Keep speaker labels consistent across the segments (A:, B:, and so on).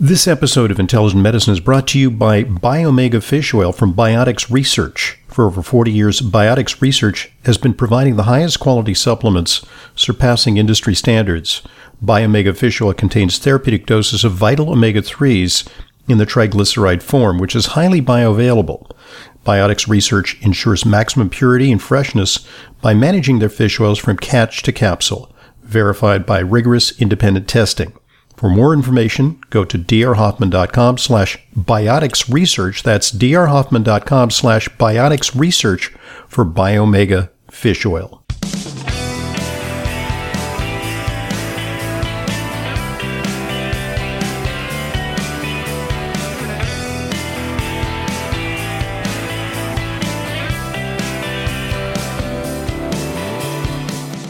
A: This episode of Intelligent Medicine is brought to you by Biomega Fish Oil from Biotics Research. For over 40 years, Biotics Research has been providing the highest quality supplements, surpassing industry standards. Biomega Fish Oil contains therapeutic doses of vital omega 3s in the triglyceride form, which is highly bioavailable. Biotics Research ensures maximum purity and freshness by managing their fish oils from catch to capsule, verified by rigorous independent testing. For more information, go to drhoffman.com slash biotics research. That's drhoffman.com slash biotics research for Biomega fish oil.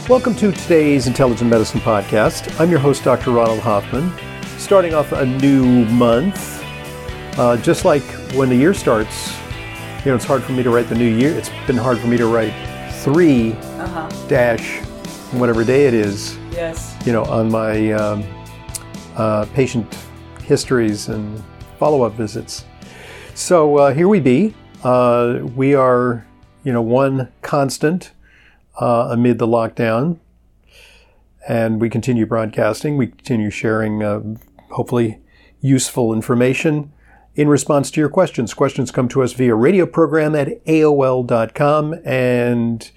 A: Welcome to today's Intelligent Medicine Podcast. I'm your host, Dr. Ronald Hoffman. Starting off a new month, uh, just like when the year starts, you know, it's hard for me to write the new year. It's been hard for me to write 3 dash whatever day it is,
B: Yes.
A: you know, on my um, uh, patient histories and follow up visits. So uh, here we be. Uh, we are, you know, one constant uh, amid the lockdown, and we continue broadcasting. We continue sharing, uh, hopefully, useful information in response to your questions. Questions come to us via radio program at AOL.com, and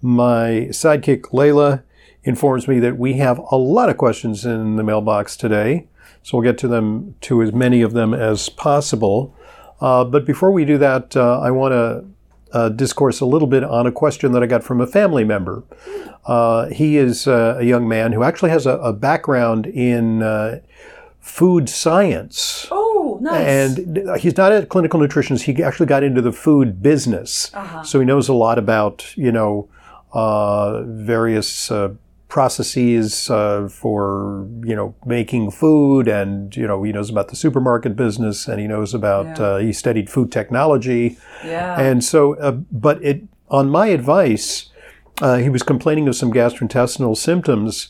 A: my sidekick Layla informs me that we have a lot of questions in the mailbox today, so we'll get to them to as many of them as possible. Uh, but before we do that, uh, I want to uh, discourse a little bit on a question that I got from a family member. Uh, he is uh, a young man who actually has a, a background in uh, food science.
B: Oh, nice.
A: And he's not a clinical nutritionist. He actually got into the food business, so he knows a lot about you know uh, various uh, processes uh, for you know making food, and you know he knows about the supermarket business, and he knows about
B: Yeah.
A: uh, he studied food technology,
B: yeah.
A: and so uh, but it on my advice, uh, he was complaining of some gastrointestinal symptoms,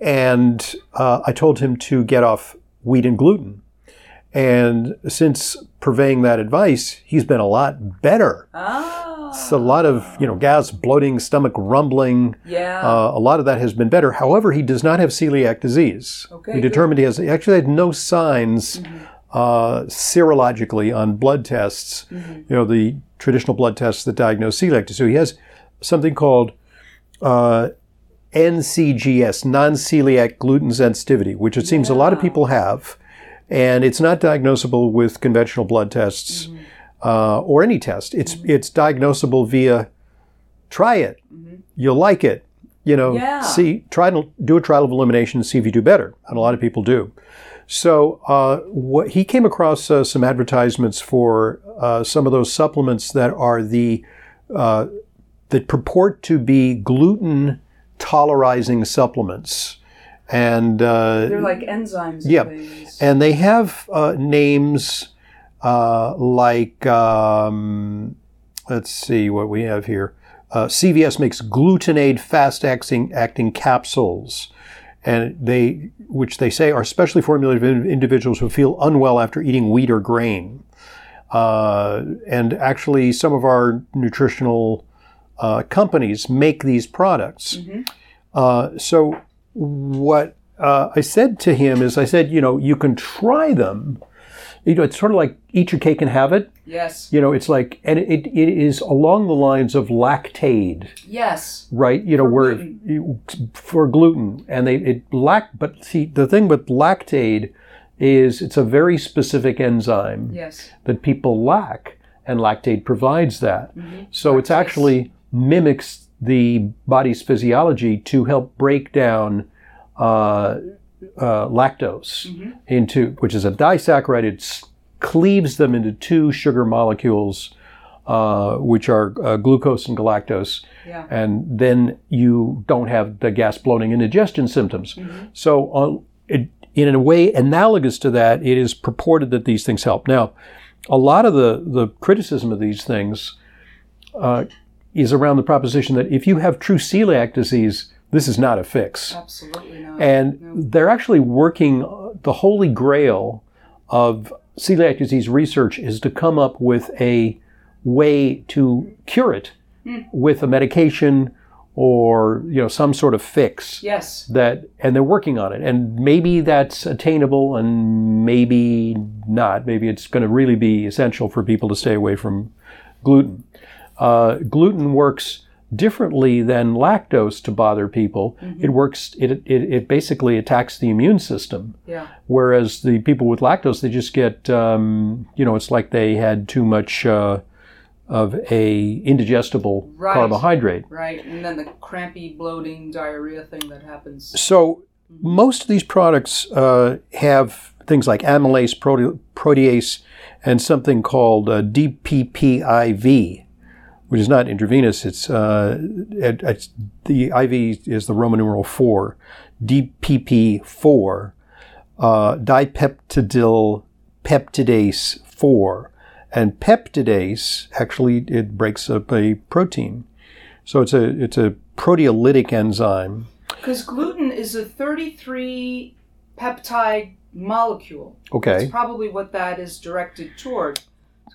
A: and uh, I told him to get off wheat and gluten. And since purveying that advice, he's been a lot better.
B: ah.
A: It's a lot of you know gas, bloating, stomach rumbling.
B: yeah.
A: Uh, a lot of that has been better. However, he does not have celiac disease.
B: Okay,
A: we
B: good. Mm-hmm.
A: determined he has he actually had no signs uh, serologically on blood tests.
B: Mm-hmm.
A: You know the traditional blood tests that diagnose celiac disease. So he has something called uh, NCGS, non-celiac gluten sensitivity, which it seems a lot of people have, and it's not diagnosable with conventional blood
B: Mm-hmm.
A: tests uh, or any test. It's it's diagnosable via try it, you'll like it. You know,
B: Mm-hmm. Yeah.
A: see, try to do a trial of elimination and see if you do better, and a lot of people do. So uh, what, he came across uh, some advertisements for uh, some of those supplements that are the uh, that purport to be gluten tolerizing supplements, and uh,
B: They're like enzymes.
A: yeah.
B: And things.
A: and they have uh, names uh, like um, let's see what we have here. Uh, CVS makes glutenate fast acting acting capsules, and they which they say are specially formulated for in- individuals who feel unwell after eating wheat or grain. Uh, and actually, some of our nutritional uh, companies make these products. Uh, so what uh, I said to him is, I said, you know, you can try them. You know, it's sort of like eat your cake and have it.
B: yes.
A: You know, it's like, and it, it is along the lines of lactaid,
B: Yes.
A: right? You know, where you- for gluten, and they it lact. But see, the thing with lactaid is it's a very specific enzyme
B: Yes.
A: that people lack, and lactate provides that.
B: Mm-hmm.
A: So it's
B: Lactase.
A: actually mimics the body's physiology to help break down uh, uh, lactose
B: Mm-hmm.
A: into, which is a disaccharide. It s- cleaves them into two sugar molecules, uh, which are uh, glucose and galactose
B: Yeah.
A: and then you don't have the gas bloating and indigestion symptoms.
B: Mm-hmm.
A: So, on, it, in a way analogous to that, it is purported that these things help. Now, a lot of the, the criticism of these things uh, is around the proposition that if you have true celiac disease, this is not a fix.
B: Absolutely not.
A: And they're actually working the uh, holy grail of celiac disease research is to come up with a way to cure it with a medication or you know some sort of fix
B: Yes.
A: that and they're working on it and maybe that's attainable and maybe not maybe it's going to really be essential for people to stay away from gluten uh, gluten works differently than lactose to bother people it works it, it, it basically attacks the immune system
B: Yeah.
A: whereas the people with lactose they just get um, you know it's like they had too much uh, of a indigestible
B: Right.
A: carbohydrate
B: Right. And then the crampy, bloating, diarrhea thing that happens.
A: So most of these products uh, have things like amylase, prote- protease, and something called uh, DPPIV, which is not intravenous. It's, uh, it- it's the IV is the Roman numeral four, DPP4, uh, dipeptidyl peptidase four, and peptidase actually it breaks up a protein. So it's a it's a proteolytic enzyme.
B: Because gluten is a 33 peptide molecule.
A: Okay.
B: That's probably what that is directed toward.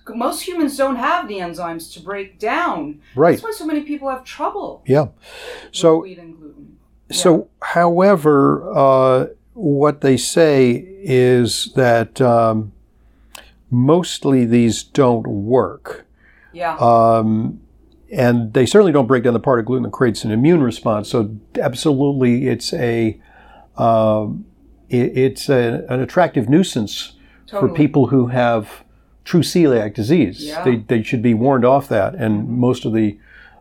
B: Most humans don't have the enzymes to break down.
A: Right.
B: That's why so many people have trouble
A: Yeah. So,
B: with wheat and gluten.
A: so, however, uh, what they say is that um, mostly these don't work,
B: Yeah.
A: um, and they certainly don't break down the part of gluten that creates an immune response. So, absolutely, it's a um, it, it's a, an attractive nuisance
B: totally.
A: for people who have true celiac disease.
B: Yeah.
A: They, they should be warned off that. And most of the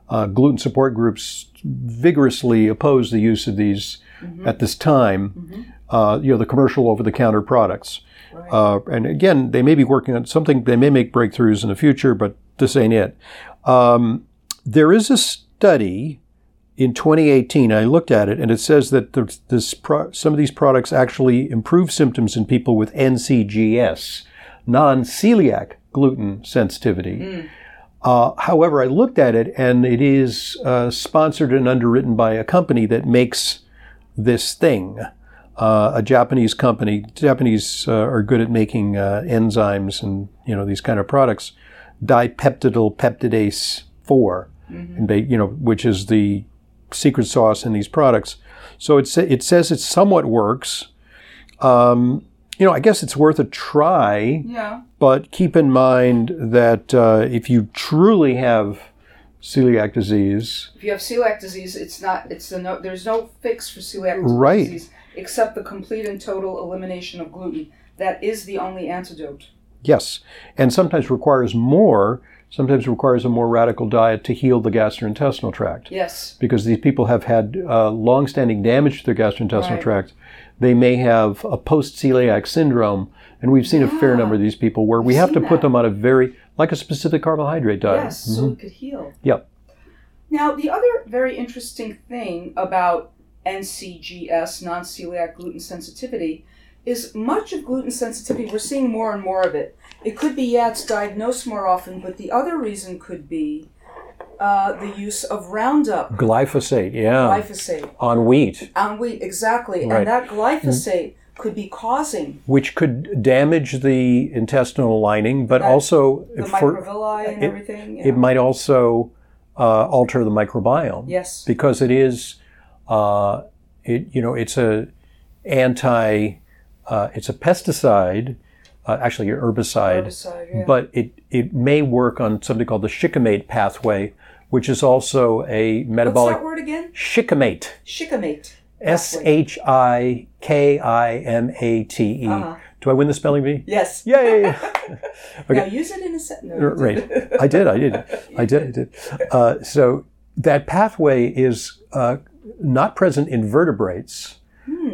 A: uh, gluten support groups vigorously oppose the use of these
B: Mm-hmm.
A: at this time. Uh, you know, the commercial over-the-counter products.
B: Right.
A: Uh, and again, they may be working on something. They may make breakthroughs in the future, but this ain't it. Um, there is a study in 2018. I looked at it, and it says that the, this pro- some of these products actually improve symptoms in people with NCGS, non-celiac gluten sensitivity. Uh, however, I looked at it, and it is uh, sponsored and underwritten by a company that makes this thing. Uh, a Japanese company. Japanese uh, are good at making uh, enzymes and you know these kind of products. Dipeptidyl peptidase 4 and they you know which is the secret sauce in these products. So it sa- it says it somewhat works. Um, you know, I guess it's worth a try
B: yeah.
A: but keep in mind that uh, if you truly have celiac disease,
B: If you have celiac disease, it's not. It's the no. There's no fix for celiac
A: Right.
B: disease except the complete and total elimination of gluten. That is the only antidote.
A: yes, and sometimes requires more, sometimes requires a more radical diet to heal the gastrointestinal tract.
B: Yes.
A: Because these people have had uh, long-standing damage to their gastrointestinal
B: Right.
A: tract, they may have a post-celiac syndrome, and we've seen a fair number of these people where we
B: I've
A: have to
B: seen
A: put
B: that.
A: them on a very like a specific carbohydrate diet. Mm-hmm.
B: Yes. So we could heal.
A: Yep.
B: Now the other very interesting thing about NCGS, non-celiac gluten sensitivity, is much of gluten sensitivity. We're seeing more and more of it. It could be yeah, it's diagnosed more often, but the other reason could be uh, the use of Roundup.
A: Glyphosate, yeah,
B: Glyphosate.
A: on wheat,
B: On wheat, exactly.
A: Oh. Right. Mm-hmm.
B: And that glyphosate could be causing
A: which could damage the intestinal lining, but
B: Right.
A: also
B: the
A: for-
B: microvilli and
A: it-
B: everything. yeah.
A: it might also uh, alter the microbiome
B: yes.
A: because it is, uh, it you know, it's a anti, uh, it's a pesticide, uh, actually an herbicide,
B: Herbicide, yeah.
A: but it it may work on something called the shikimate pathway, which is also a
B: What's
A: metabolic
B: that word again?
A: shikimate.
B: Shikimate.
A: S H I K I M A T E.
B: Uh-huh.
A: Do I win the spelling bee?
B: Yes.
A: Yay!
B: Now use it in a sentence.
A: R- Right. I did. I did. I did. I did. Uh, so that pathway is uh, not present in vertebrates.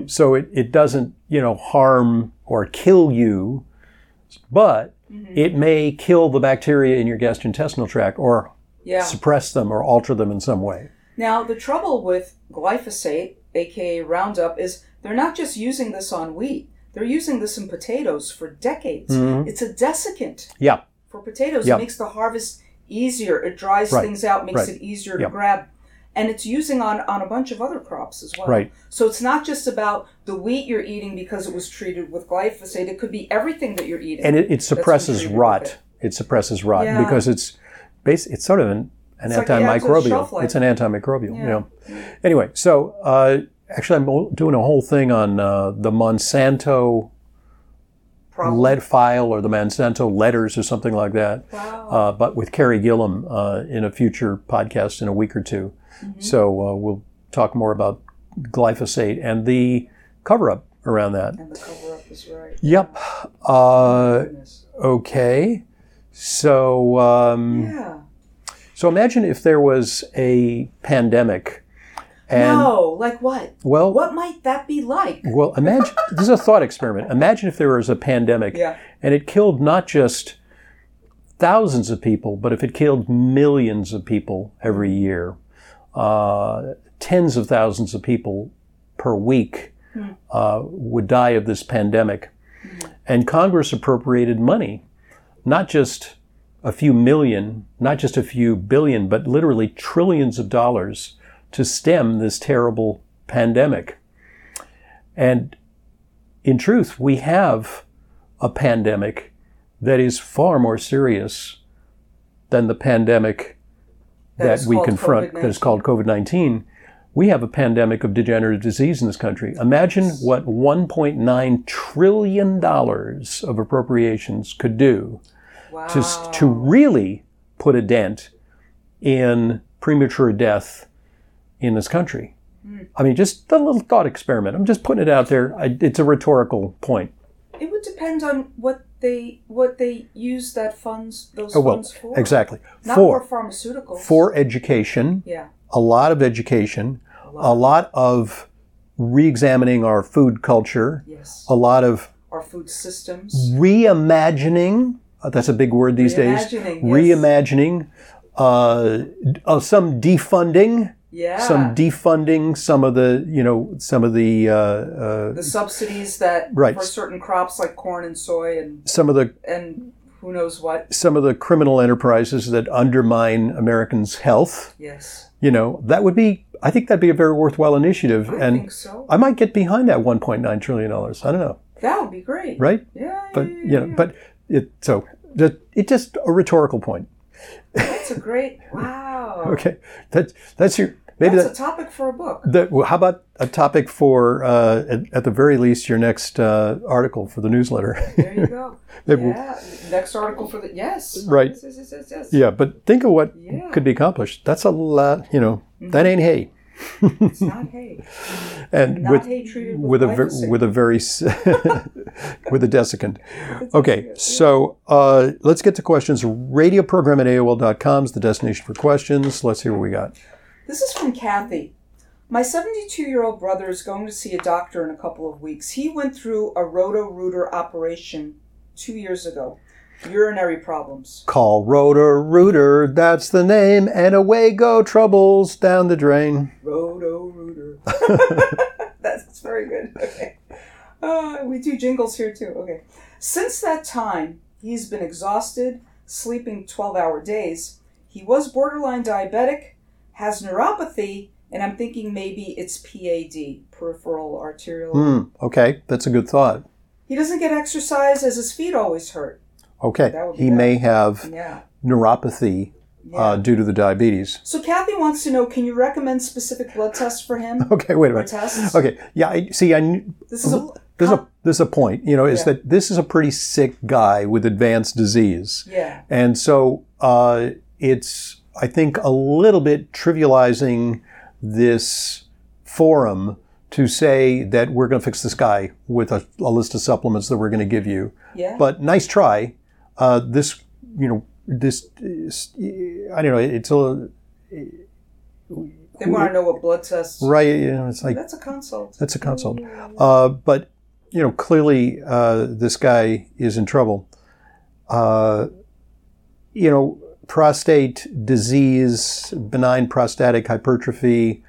A: So it, it doesn't, you know, harm or kill you, but it may kill the bacteria in your gastrointestinal tract or
B: Yeah.
A: suppress them or alter them in some way.
B: Now the trouble with glyphosate, aka Roundup, is they're not just using this on wheat. They're using this in potatoes for decades. It's a desiccant.
A: Yeah.
B: for potatoes.
A: Mm-hmm. Yeah.
B: It makes the harvest easier. It dries
A: Right.
B: things out, makes
A: Right.
B: it easier
A: Yeah.
B: to grab. and it's using on, on a bunch of other crops as well.
A: Right.
B: So it's not just about the wheat you're eating because it was treated with glyphosate. It could be everything that you're eating.
A: And it, it suppresses
B: contributed with
A: rot.
B: it.
A: It suppresses rot
B: Yeah.
A: because it's bas- it's sort of an, an
B: It's like the average
A: antimicrobial.
B: shelf life.
A: it's an antimicrobial.
B: Yeah.
A: You know. Anyway, so uh, actually, I'm o- doing a whole thing on uh, the Monsanto
B: Problem.
A: lead file or the Monsanto letters or something like that.
B: Wow.
A: Uh, but with Carrie Gillum uh, in a future podcast in a week or 2
B: Mm-hmm.
A: So uh, we'll talk more about glyphosate and the cover up around that.
B: and the cover up is right.
A: Yep. Uh,
B: Goodness.
A: okay. So um,
B: yeah.
A: so imagine if there was a pandemic, and
B: no, like what?
A: well,
B: What might that be like?
A: well, imagine this is a thought experiment. Imagine if there was a pandemic,
B: Yeah.
A: and it killed not just thousands of people, but if it killed millions of people every year, uh, tens of thousands of people per week
B: Hmm.
A: uh, would die of this pandemic. And Congress appropriated money, not just a few million, not just a few billion, but literally trillions of dollars to stem this terrible pandemic. And in truth, we have a pandemic that is far more serious than the pandemic
B: That
A: that,
B: is
A: we
B: called
A: confront that is called COVID 19. We have a pandemic of degenerative disease in this country. Imagine what $1.9 trillion of appropriations could do
B: Wow.
A: to, s-
B: Oh.
A: to really put a dent in premature death in this country. I mean, just a little thought experiment. I'm just putting it out there. I, it's a rhetorical point.
B: It would depend on what they what they use that funds those
A: Oh, well,
B: funds for.
A: exactly.
B: Not
A: for,
B: for pharmaceuticals.
A: for education,
B: yeah.
A: a lot of education,
B: lot.
A: a lot of re-examining our food culture,
B: Yes.
A: a lot of
B: Our food systems.
A: reimagining. uh, That's a big word these days.
B: Reimagining, yes.
A: Reimagining. Uh, d- uh, some defunding,
B: Yeah.
A: some defunding, some of the you know some of the uh, uh,
B: the subsidies that
A: Right.
B: for certain crops like corn and soy and
A: some of the
B: and who knows what.
A: some of the criminal enterprises that undermine Americans' health.
B: Yes.
A: You know that would be. I think that'd be a very worthwhile initiative,
B: I
A: and
B: think so.
A: I might get behind that 1.9 trillion dollars. I don't know,
B: that would be great.
A: right?
B: Yeah.
A: But
B: yeah,
A: you know,
B: yeah.
A: but it so that it's just a rhetorical point.
B: that's a great wow.
A: Okay, that's that's your maybe
B: That's
A: that.
B: a topic for a book.
A: that well, how about a topic for uh, at, at the very least your next uh, article for the newsletter?
B: There you go.
A: Maybe we'll-
B: yeah. Next article for the yes.
A: Right.
B: Yes. Yes. Yes. yes, yes.
A: yeah, but think of what
B: Yeah. Mm-hmm.
A: could be accomplished. That's a lot. You know, that ain't hay.
B: It's not hay.
A: And
B: Not
A: with
B: hay treated with,
A: with a ver-
B: glyphosate.
A: with a very s- with a desiccant. Okay, so uh, let's get to questions. Radio program at AOL.com is the destination for questions. Let's hear what we got.
B: This is from Kathy. My 72 year old brother is going to see a doctor in a couple of weeks. He went through a roto rooter operation two years ago. Urinary problems.
A: Call Rotor Rooter, that's the name, and away go troubles down the drain.
B: Roto rooter. That's very good. Okay. Uh, we do jingles here too. Okay. Since that time, he's been exhausted, sleeping 12 hour days. He was borderline diabetic, has neuropathy, and I'm thinking maybe it's PAD, peripheral arterial
A: Hmm. Okay, that's a good thought.
B: He doesn't get exercise as his feet always hurt.
A: Okay,
B: That would be
A: he
B: bad.
A: may have
B: Yeah.
A: neuropathy
B: yeah.
A: uh, due to the diabetes.
B: so Kathy wants to know can you recommend specific blood tests for him?
A: Okay, wait a
B: Or
A: minute.
B: tests?
A: Okay, yeah, I, see, I kn-
B: This is a.
A: there's a there's a point, you know, is
B: Oh. Yeah.
A: that this is a pretty sick guy with advanced disease.
B: Yeah.
A: And so uh, it's, I think, a little bit trivializing this forum to say that we're going to fix this guy with a, a list of supplements that we're going to give you.
B: Yeah.
A: But nice try. Uh, this, you know, this, is- I don't know, it's a,
B: they want to know what blood tests.
A: right, you know, it's like,
B: That's a consult.
A: that's a consult. Uh, but, you know, clearly uh, this guy is in trouble. Uh, you know, prostate disease, benign prostatic hypertrophy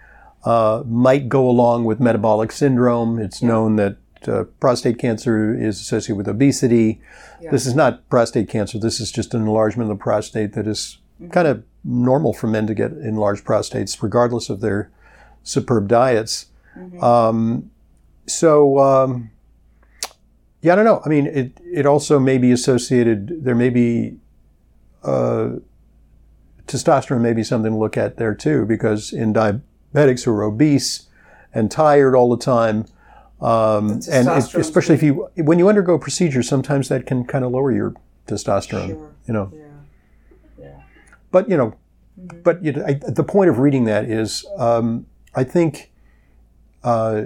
A: uh, might go along with metabolic syndrome. It's known that uh, prostate cancer is associated with obesity.
B: Yeah.
A: This is not prostate cancer, this is just an enlargement of the prostate that is kind of normal for men to get enlarged prostates, regardless of their superb diets.
B: Mm-hmm.
A: Um, so, um, yeah, I don't know. I mean, it, it also may be associated, there may be uh, testosterone, may be something to look at there too, because in diabetics who are obese and tired all the time, um,
B: The
A: and
B: testosterone's
A: es- especially if you, when you undergo procedures, sometimes that can kind of lower your testosterone,
B: Sure.
A: you know.
B: Yeah. Mm-hmm. Yeah.
A: but you know, but you know, I, the point of reading that is, um, I think, uh,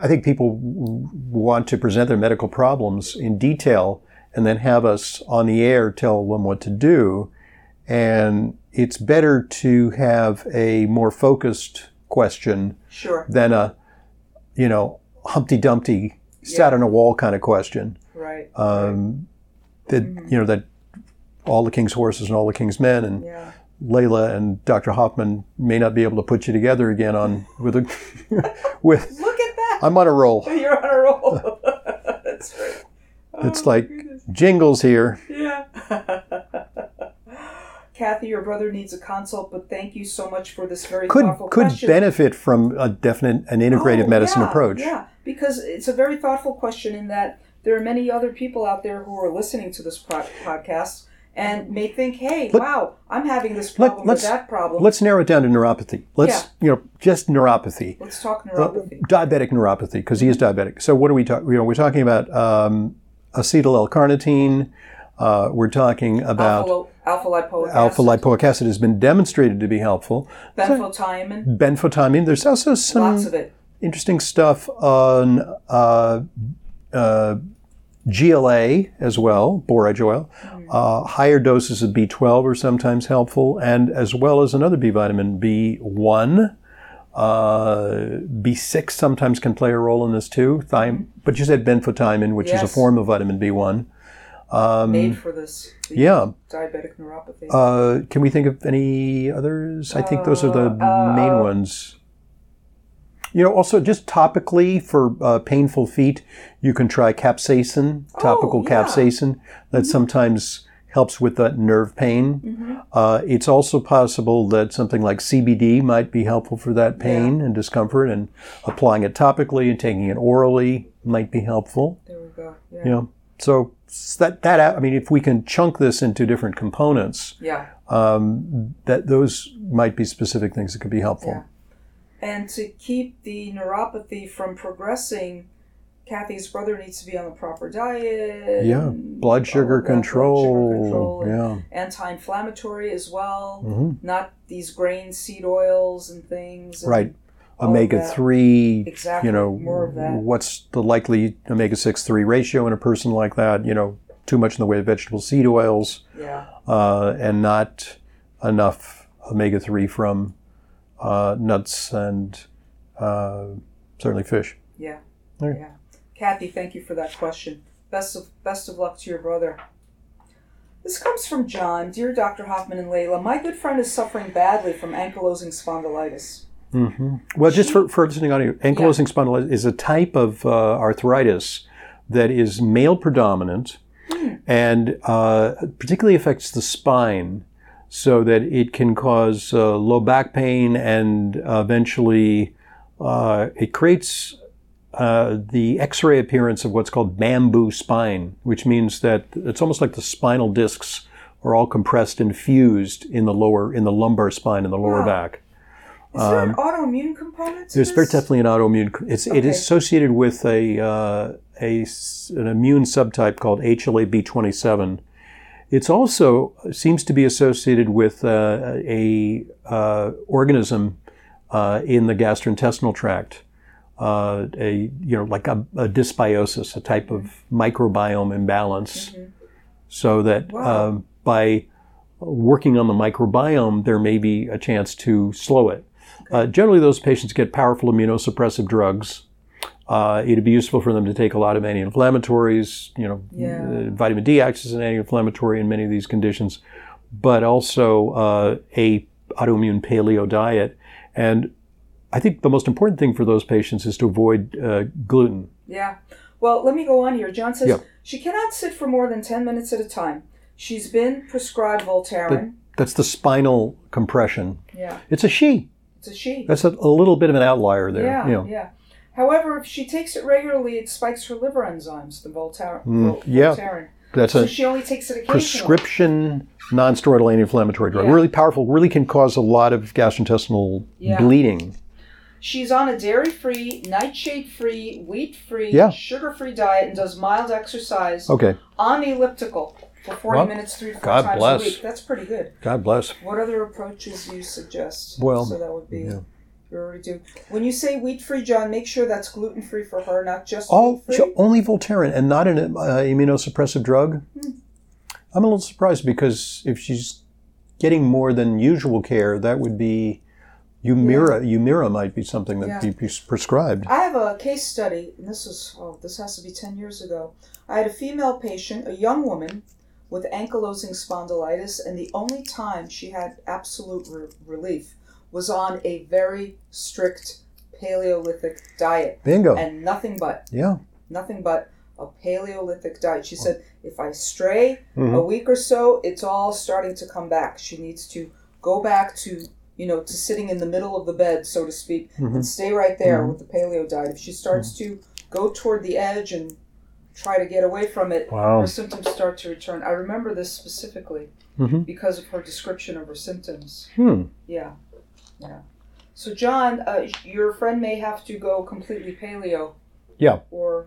A: I think people w- want to present their medical problems in detail and then have us on the air tell them what to do, and it's better to have a more focused question
B: Sure.
A: than a, you know, Humpty Dumpty sat
B: Yeah.
A: on a wall kind of question
B: Right.
A: um, that you know that all the king's horses and all the king's men and
B: Yeah.
A: Layla and Dr. Hoffman may not be able to put you together again on with a with
B: Look at that.
A: I'm on a roll.
B: You're on a roll. That's right. Oh,
A: It's
B: my
A: like-
B: goodness.
A: Jingles here.
B: Yeah. Kathy, your brother needs a consult, but thank you so much for this very
A: Could
B: thoughtful
A: could
B: question.
A: benefit from a definite an integrative
B: Oh,
A: medicine
B: yeah,
A: approach.
B: Yeah, because it's a very thoughtful question in that there are many other people out there who are listening to this pro- podcast and may think, hey,
A: Let-
B: wow, I'm having this problem or
A: let's-
B: that problem.
A: Let's narrow it down to neuropathy. Let's you know just neuropathy.
B: Let's talk
A: Uh,
B: neuropathy.
A: diabetic neuropathy because he is diabetic. So what are we talking? You know, we're talking about um, acetyl L-carnitine. Uh, we're talking about
B: Alpha, alpha lipoic
A: alpha
B: acid,
A: lipoic acid has been demonstrated to be helpful.
B: benfotiamine,
A: Benfotiamine. There's also
B: lots
A: some
B: of it.
A: interesting stuff on uh, uh, GLA as well, borage oil. Uh, higher doses of B12 are sometimes helpful, and as well as another B vitamin, B1. Uh, B6 sometimes can play a role in this too. Thiam- but you said benfotiamine, which is
B: Yes.
A: a form of vitamin B1.
B: made for this. the
A: um, Yeah.
B: Diabetic neuropathy.
A: Uh, can we think of any others? I think those are the main ones. You know, also just topically for uh, painful feet, you can try capsaicin, topical
B: yeah.
A: capsaicin. That sometimes helps with that nerve pain. Uh, it's also possible that something like CBD might be helpful for that pain and discomfort, and applying it topically and taking it orally might be helpful.
B: there we go. Yeah.
A: You know, so s- that that I mean, if we can chunk this into different components,
B: yeah.
A: um, that those might be specific things that could be helpful.
B: Yeah. And to keep the neuropathy from progressing, Kathy's brother needs to be on the proper diet.
A: Yeah,
B: and
A: Blood
B: all
A: sugar
B: of that, blood sugar
A: control.
B: control and
A: Yeah.
B: Anti-inflammatory as well.
A: Mhm.
B: Not these grain seed oils and things. and-
A: Right.
B: all of
A: Omega
B: that.
A: three.
B: Exactly.
A: You know,
B: more of that.
A: what's the likely omega six three ratio in a person like that? You know, too much in the way of vegetable seed oils,
B: Yeah.
A: uh, and not enough omega three from uh, nuts and uh, certainly fish.
B: Yeah.
A: There.
B: Yeah. Kathy, thank you for that question. Best of best of luck to your brother. This comes from John. Dear Dr. Hoffman and Layla, my good friend is suffering badly from ankylosing spondylitis.
A: hmm Well, just for, for listening audio, ankylosing spondylitis is a type of uh, arthritis that is male predominant and uh, particularly affects the spine so that it can cause uh, low back pain and eventually uh, it creates uh, the x-ray appearance of what's called bamboo spine, which means that it's almost like the spinal discs are all compressed and fused in the lower, in the lumbar spine and the lower
B: Wow.
A: back.
B: Is there an autoimmune component
A: Um,
B: to
A: There's very
B: this?
A: definitely an autoimmune. It's it
B: Okay.
A: is associated with a uh, a s- an immune subtype called HLA-B27. It's also seems to be associated with uh, a uh, organism uh, in the gastrointestinal tract, uh, a you know like a, a dysbiosis, a type of microbiome imbalance, so that
B: Mm-hmm. Wow.
A: um, by working on the microbiome, there may be a chance to slow it. Uh, generally, those patients get powerful immunosuppressive drugs. Uh, it'd be useful for them to take a lot of anti-inflammatories. You know,
B: Yeah.
A: uh, vitamin D acts as an anti-inflammatory in many of these conditions, but also uh, a autoimmune paleo diet. And I think the most important thing for those patients is to avoid uh, gluten.
B: Yeah. Well, let me go on here. John says
A: Yeah.
B: she cannot sit for more than 10 minutes at a time. She's been prescribed Voltaren.
A: That's the spinal compression.
B: Yeah,
A: It's a she.
B: it's a she.
A: That's a, a little bit of an outlier there.
B: yeah,
A: you know.
B: yeah. However, if she takes it regularly, it spikes her liver enzymes, the Voltaren.
A: Mm,
B: Vol-
A: yeah.
B: Voltaren.
A: That's
B: So
A: a
B: she only takes it occasionally.
A: prescription nonsteroidal anti-inflammatory drug.
B: Yeah.
A: Really powerful. Really can cause a lot of gastrointestinal
B: Yeah.
A: bleeding.
B: She's on a dairy-free, nightshade-free, wheat-free,
A: Yeah.
B: sugar-free diet and does mild exercise
A: Okay.
B: on the elliptical for 40
A: Well,
B: minutes three to four
A: God
B: times
A: bless.
B: a week. That's pretty good.
A: God bless.
B: What other approaches do you suggest?
A: Well,
B: so that would be.
A: yeah.
B: We already do. When you say wheat free, John, make sure that's gluten free for her, not just
A: All
B: wheat
A: so
B: free.
A: only Voltaren and not an uh, immunosuppressive drug.
B: Hmm.
A: I'm a little surprised because if she's getting more than usual care, that would be Humira. Humira might be something that
B: Yeah.
A: be pres- prescribed.
B: I have a case study, and this is oh, this has to be ten years ago. I had a female patient, a young woman, with ankylosing spondylitis, and the only time she had absolute re- relief was on a very strict Paleolithic diet
A: Bingo.
B: and nothing but.
A: yeah.
B: nothing but a paleolithic diet. She said, if I stray a
A: Mhm.
B: week or so, it's all starting to come back. She needs to go back to, you know, to sitting in the middle of the bed, so to speak,
A: Mm-hmm.
B: and stay right there with the paleo diet. If she starts to go toward the edge and try to get away from it,
A: Wow.
B: her symptoms start to return. I remember this specifically
A: Mhm.
B: because of her description of her symptoms.
A: Hmm.
B: Yeah, yeah. So, John, uh, your friend may have to go completely paleo.
A: Yeah.
B: Or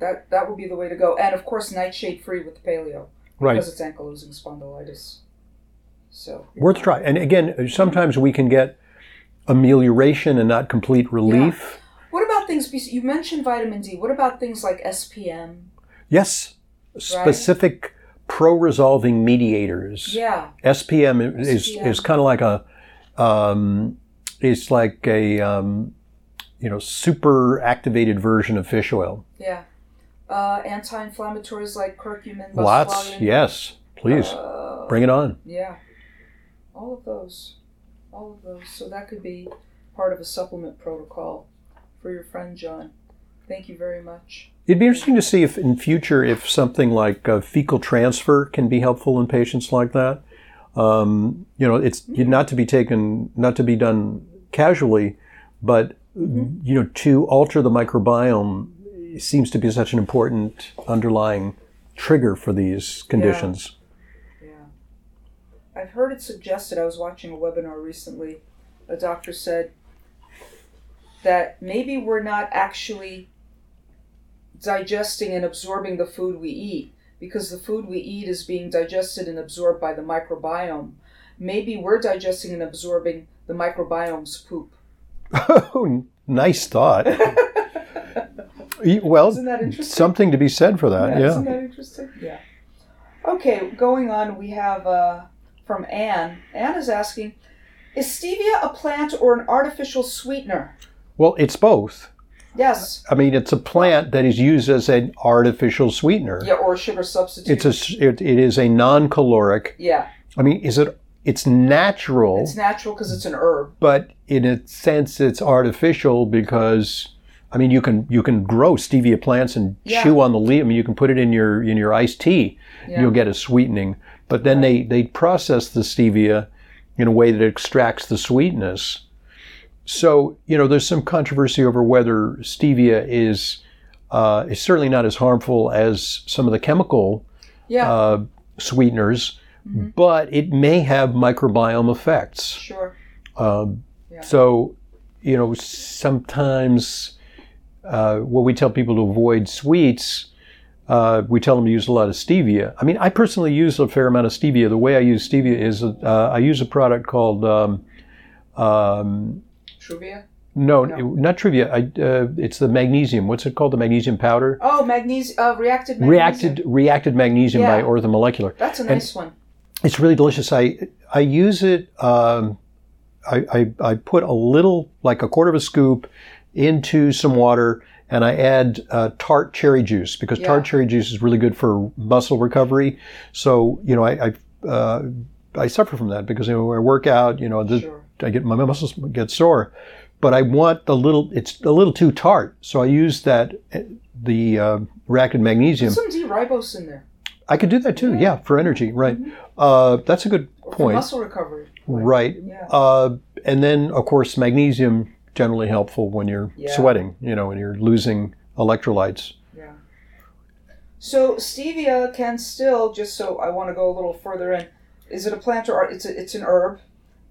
B: that that would be the way to go, and of course, nightshade free with paleo
A: Right.
B: because it's ankylosing spondylitis. So
A: Worth a try. And again, sometimes we can get amelioration and not complete relief.
B: What about things? bes- You mentioned vitamin D. What about things like SPM?
A: Yes. Specific pro-resolving mediators.
B: Yeah,
A: SPM is is,
B: SPM.
A: kind of like a um, it's like a um, you know super activated version of fish oil.
B: yeah. Uh, anti-inflammatories like curcumin.
A: Lots,
B: buswellia,
A: yes. Please
B: uh,
A: bring it on.
B: Yeah. All of those. All of those. So that could be part of a supplement protocol for your friend John. Thank you very much.
A: It'd be interesting to see if in future if something like uh, fecal transfer can be helpful in patients like that. Um, you know, it's not to be taken, not to be done casually, but
B: Mm-hmm.
A: you know, to alter the microbiome seems to be such an important underlying trigger for these conditions.
B: Yeah. I've heard it suggested, I was watching a webinar recently, a doctor said that maybe we're not actually digesting and absorbing the food we eat because the food we eat is being digested and absorbed by the microbiome. Maybe we're digesting and absorbing the microbiome's poop.
A: Oh, nice thought. Y- well,
B: Isn't that interesting?
A: something to be said for that. Uh, Yeah.
B: Isn't that interesting? Yeah. Okay, going on, we have uh, from Anne. Anne is asking Is stevia a plant or an artificial sweetener?
A: Well, it's both.
B: Yes.
A: I mean, it's a plant that is used as an artificial sweetener.
B: Yeah, or a sugar substitute.
A: It's a s- it, it is a non-caloric.
B: yeah,
A: I mean, is it? It's natural,
B: it's natural because it's an herb.
A: but in a sense, it's artificial because. I mean, you can you can grow stevia plants and
B: Yeah.
A: chew on the leaf. I mean, you can put it in your in your iced tea.
B: Yeah.
A: You'll get a sweetening, but then they they process the stevia in a way that extracts the sweetness. So you know, there's some controversy over whether stevia is uh, is certainly not as harmful as some of the chemical
B: Yeah, Mm-hmm.
A: uh, sweeteners, but it may have microbiome effects.
B: sure.
A: Um,
B: Yeah.
A: So, you know, sometimes uh, what we tell people to avoid sweets, uh, we tell them to use a lot of stevia. I mean, I personally use a fair amount of stevia. The way I use stevia is uh, I use a product called. Um, um,
B: Truvia.
A: no,
B: No.
A: it- not trivia. I, uh, it's the magnesium. What's it called? The magnesium powder.
B: Oh, magnesium, uh, reacted magnesium.
A: Reacted reacted magnesium by
B: Yeah.
A: orthomolecular.
B: That's a nice one.
A: it's really delicious. I I use it. Um, I, I I put a little, like a quarter of a scoop, into some water, and I add uh, tart cherry juice because tart
B: Yeah.
A: cherry juice is really good for muscle recovery. So you know, I. I uh, I suffer from that because you know, when I work out, you know, the,
B: Sure.
A: I get my muscles get sore, but I want the little. It's a little too tart, so I use that uh, the uh, reacted magnesium.
B: Put some D ribose in there. Mm-hmm.
A: I could do that too. Yeah, for energy, right? Uh, that's a good point.
B: muscle recovery.
A: Right.
B: Yeah.
A: Uh, and then, of course, magnesium generally helpful when you're
B: Yeah.
A: sweating, you know, and you're losing electrolytes.
B: Yeah. So stevia can still just so I want to go a little further in. Is it a plant or it's a, it's an herb,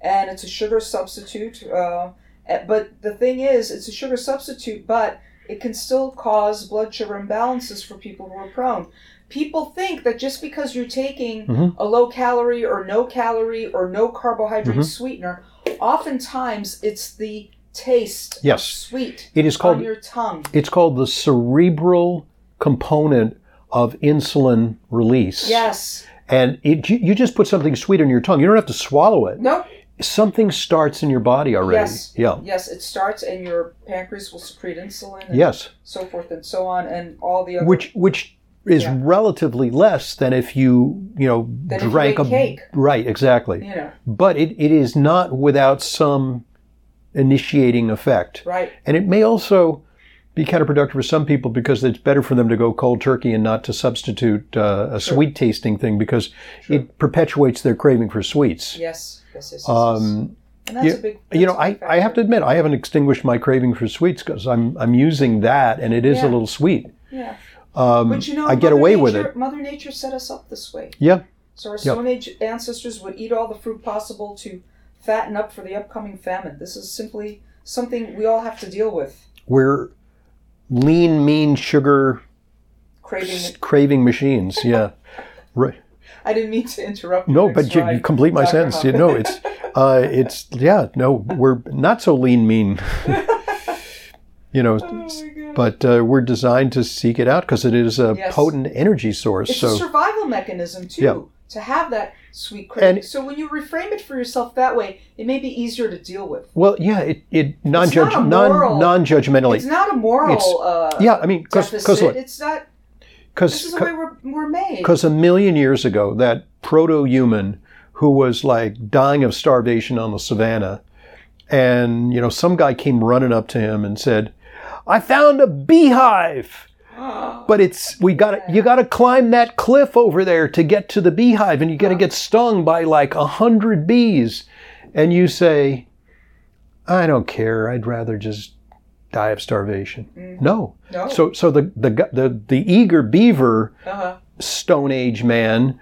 B: and it's a sugar substitute. Uh, eh, but the thing is, it's a sugar substitute, but it can still cause blood sugar imbalances for people who are prone. People think that just because you're taking
A: Mhm.
B: a low calorie or no calorie or no carbohydrate
A: Mm-hmm.
B: sweetener, oftentimes it's the taste of
A: Yes.
B: sweet
A: It is
B: on
A: called
B: your tongue.
A: it's called the cerebral component of insulin release.
B: Yes.
A: And it, you, you just put something sweet in your tongue. You don't have to swallow it.
B: Nope.
A: Something starts in your body already.
B: Yes.
A: Yeah.
B: Yes, it starts, and your pancreas will secrete insulin, and
A: Yes.
B: so forth and so on, and all the other.
A: Which which is
B: Yeah.
A: relatively less than if you you know
B: Than if you
A: drank
B: ate
A: a
B: cake.
A: right exactly.
B: you know,
A: But it, it is not without some initiating effect.
B: right?
A: And it may also be counterproductive for some people because it's better for them to go cold turkey and not to substitute uh, a sweet tasting thing because it perpetuates their craving for sweets.
B: Yes, yes, yes. yes, yes.
A: Um,
B: and that's
A: you-
B: a big.
A: you know,
B: that's a
A: I,
B: big
A: I have to
B: factor.
A: admit, I haven't extinguished my craving for sweets because I'm, I'm using that and it is
B: Yeah.
A: a little sweet.
B: Yeah,
A: Um,
B: but you know,
A: I get
B: Mother
A: away
B: Nature,
A: with it.
B: Mother Nature set us up this way.
A: Yeah.
B: So our Stone Age ancestors would eat all the fruit possible to fatten up for the upcoming famine. This is simply something we all have to deal with.
A: We're lean, mean sugar
B: Craving.
A: s- craving machines. Yeah. right.
B: I didn't mean to interrupt.
A: No,
B: Rick's
A: but you, you
B: ride,
A: complete my
B: Dr.
A: sentence. You
B: Huff.
A: know, it's, uh, it's yeah. No, we're not so lean mean. you know,
B: Oh my God.
A: but uh, we're designed to seek it out because it is a
B: Yes.
A: potent energy source.
B: It's a
A: so
B: survival mechanism too
A: Yeah.
B: to have that sweet craving.
A: And-
B: so when you reframe it for yourself that way, it may be easier to deal with.
A: well, yeah, it, it non-judge,
B: not a moral-
A: non non-judgmentally.
B: it's not a moral
A: it's-
B: uh,
A: yeah, I mean, because
B: deficit. it's not. This is the way
A: because
B: we're, we're made.
A: a million years ago, that proto-human who was like dying of starvation on the savannah, and you know, some guy came running up to him and said, "I found a beehive." But it's we got to you got to climb that cliff over there to get to the beehive, and you got to get stung by like a hundred bees, and you say, "I don't care. I'd rather just die of starvation." No.
B: No.
A: So so the the gu- the the eager beaver
B: uh-huh.
A: Stone Age man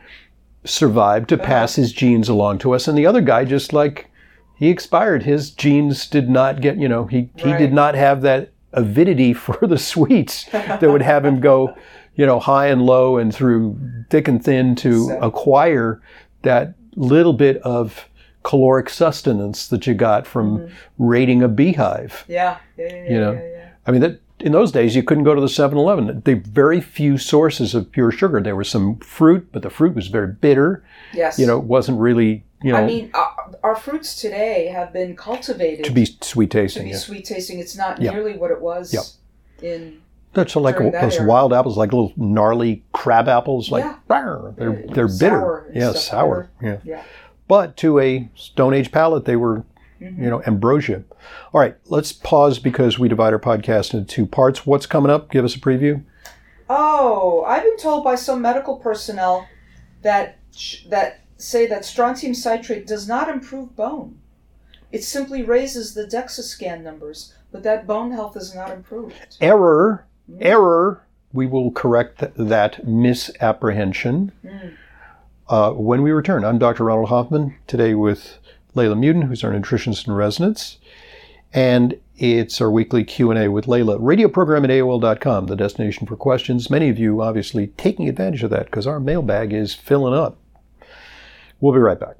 A: survived to pass his genes along to us, and the other guy just like he expired. His genes did not get you know he he
B: Right.
A: did not have that avidity for the sweets that would have him go you know high and low and through thick and thin to
B: So-
A: acquire that little bit of caloric sustenance that you got from raiding a beehive.
B: Yeah. Yeah. Yeah. Yeah.
A: You know.
B: yeah, yeah.
A: I mean, that in those days you couldn't go to the 7-Eleven. They very few sources of pure sugar. There was some fruit, but the fruit was very bitter.
B: Yes.
A: You know, it wasn't really you know
B: I mean, our, our fruits today have been cultivated
A: to be sweet
B: to
A: tasting.
B: be
A: yeah.
B: sweet tasting. It's not
A: Yeah.
B: nearly what it was
A: Yeah.
B: in.
A: That's like
B: during that
A: those
B: era.
A: wild apples, like little gnarly crab apples. Like
B: Yeah.
A: "Rawr," they're
B: Yeah,
A: they're
B: sour
A: bitter.
B: and
A: Yeah,
B: stuff,
A: sour. Yeah.
B: Yeah.
A: But to a Stone Age palate, they were.
B: Mm-hmm.
A: You know, ambrosia. All right, let's pause because we divide our podcast into two parts. What's coming up? Give us a preview.
B: Oh, I've been told by some medical personnel that sh- that say that strontium citrate does not improve bone. It simply raises the DEXA-scan numbers, but that bone health is not improved.
A: error, error. We will correct th- that misapprehension uh, when we return. I'm Dr. Ronald Hoffman today with Layla Muden, who's our nutritionist in residence, and it's our weekly Q and A with Layla. Radio program at AOL.com, the destination for questions. Many of you obviously taking advantage of that because our mailbag is filling up. We'll be right back.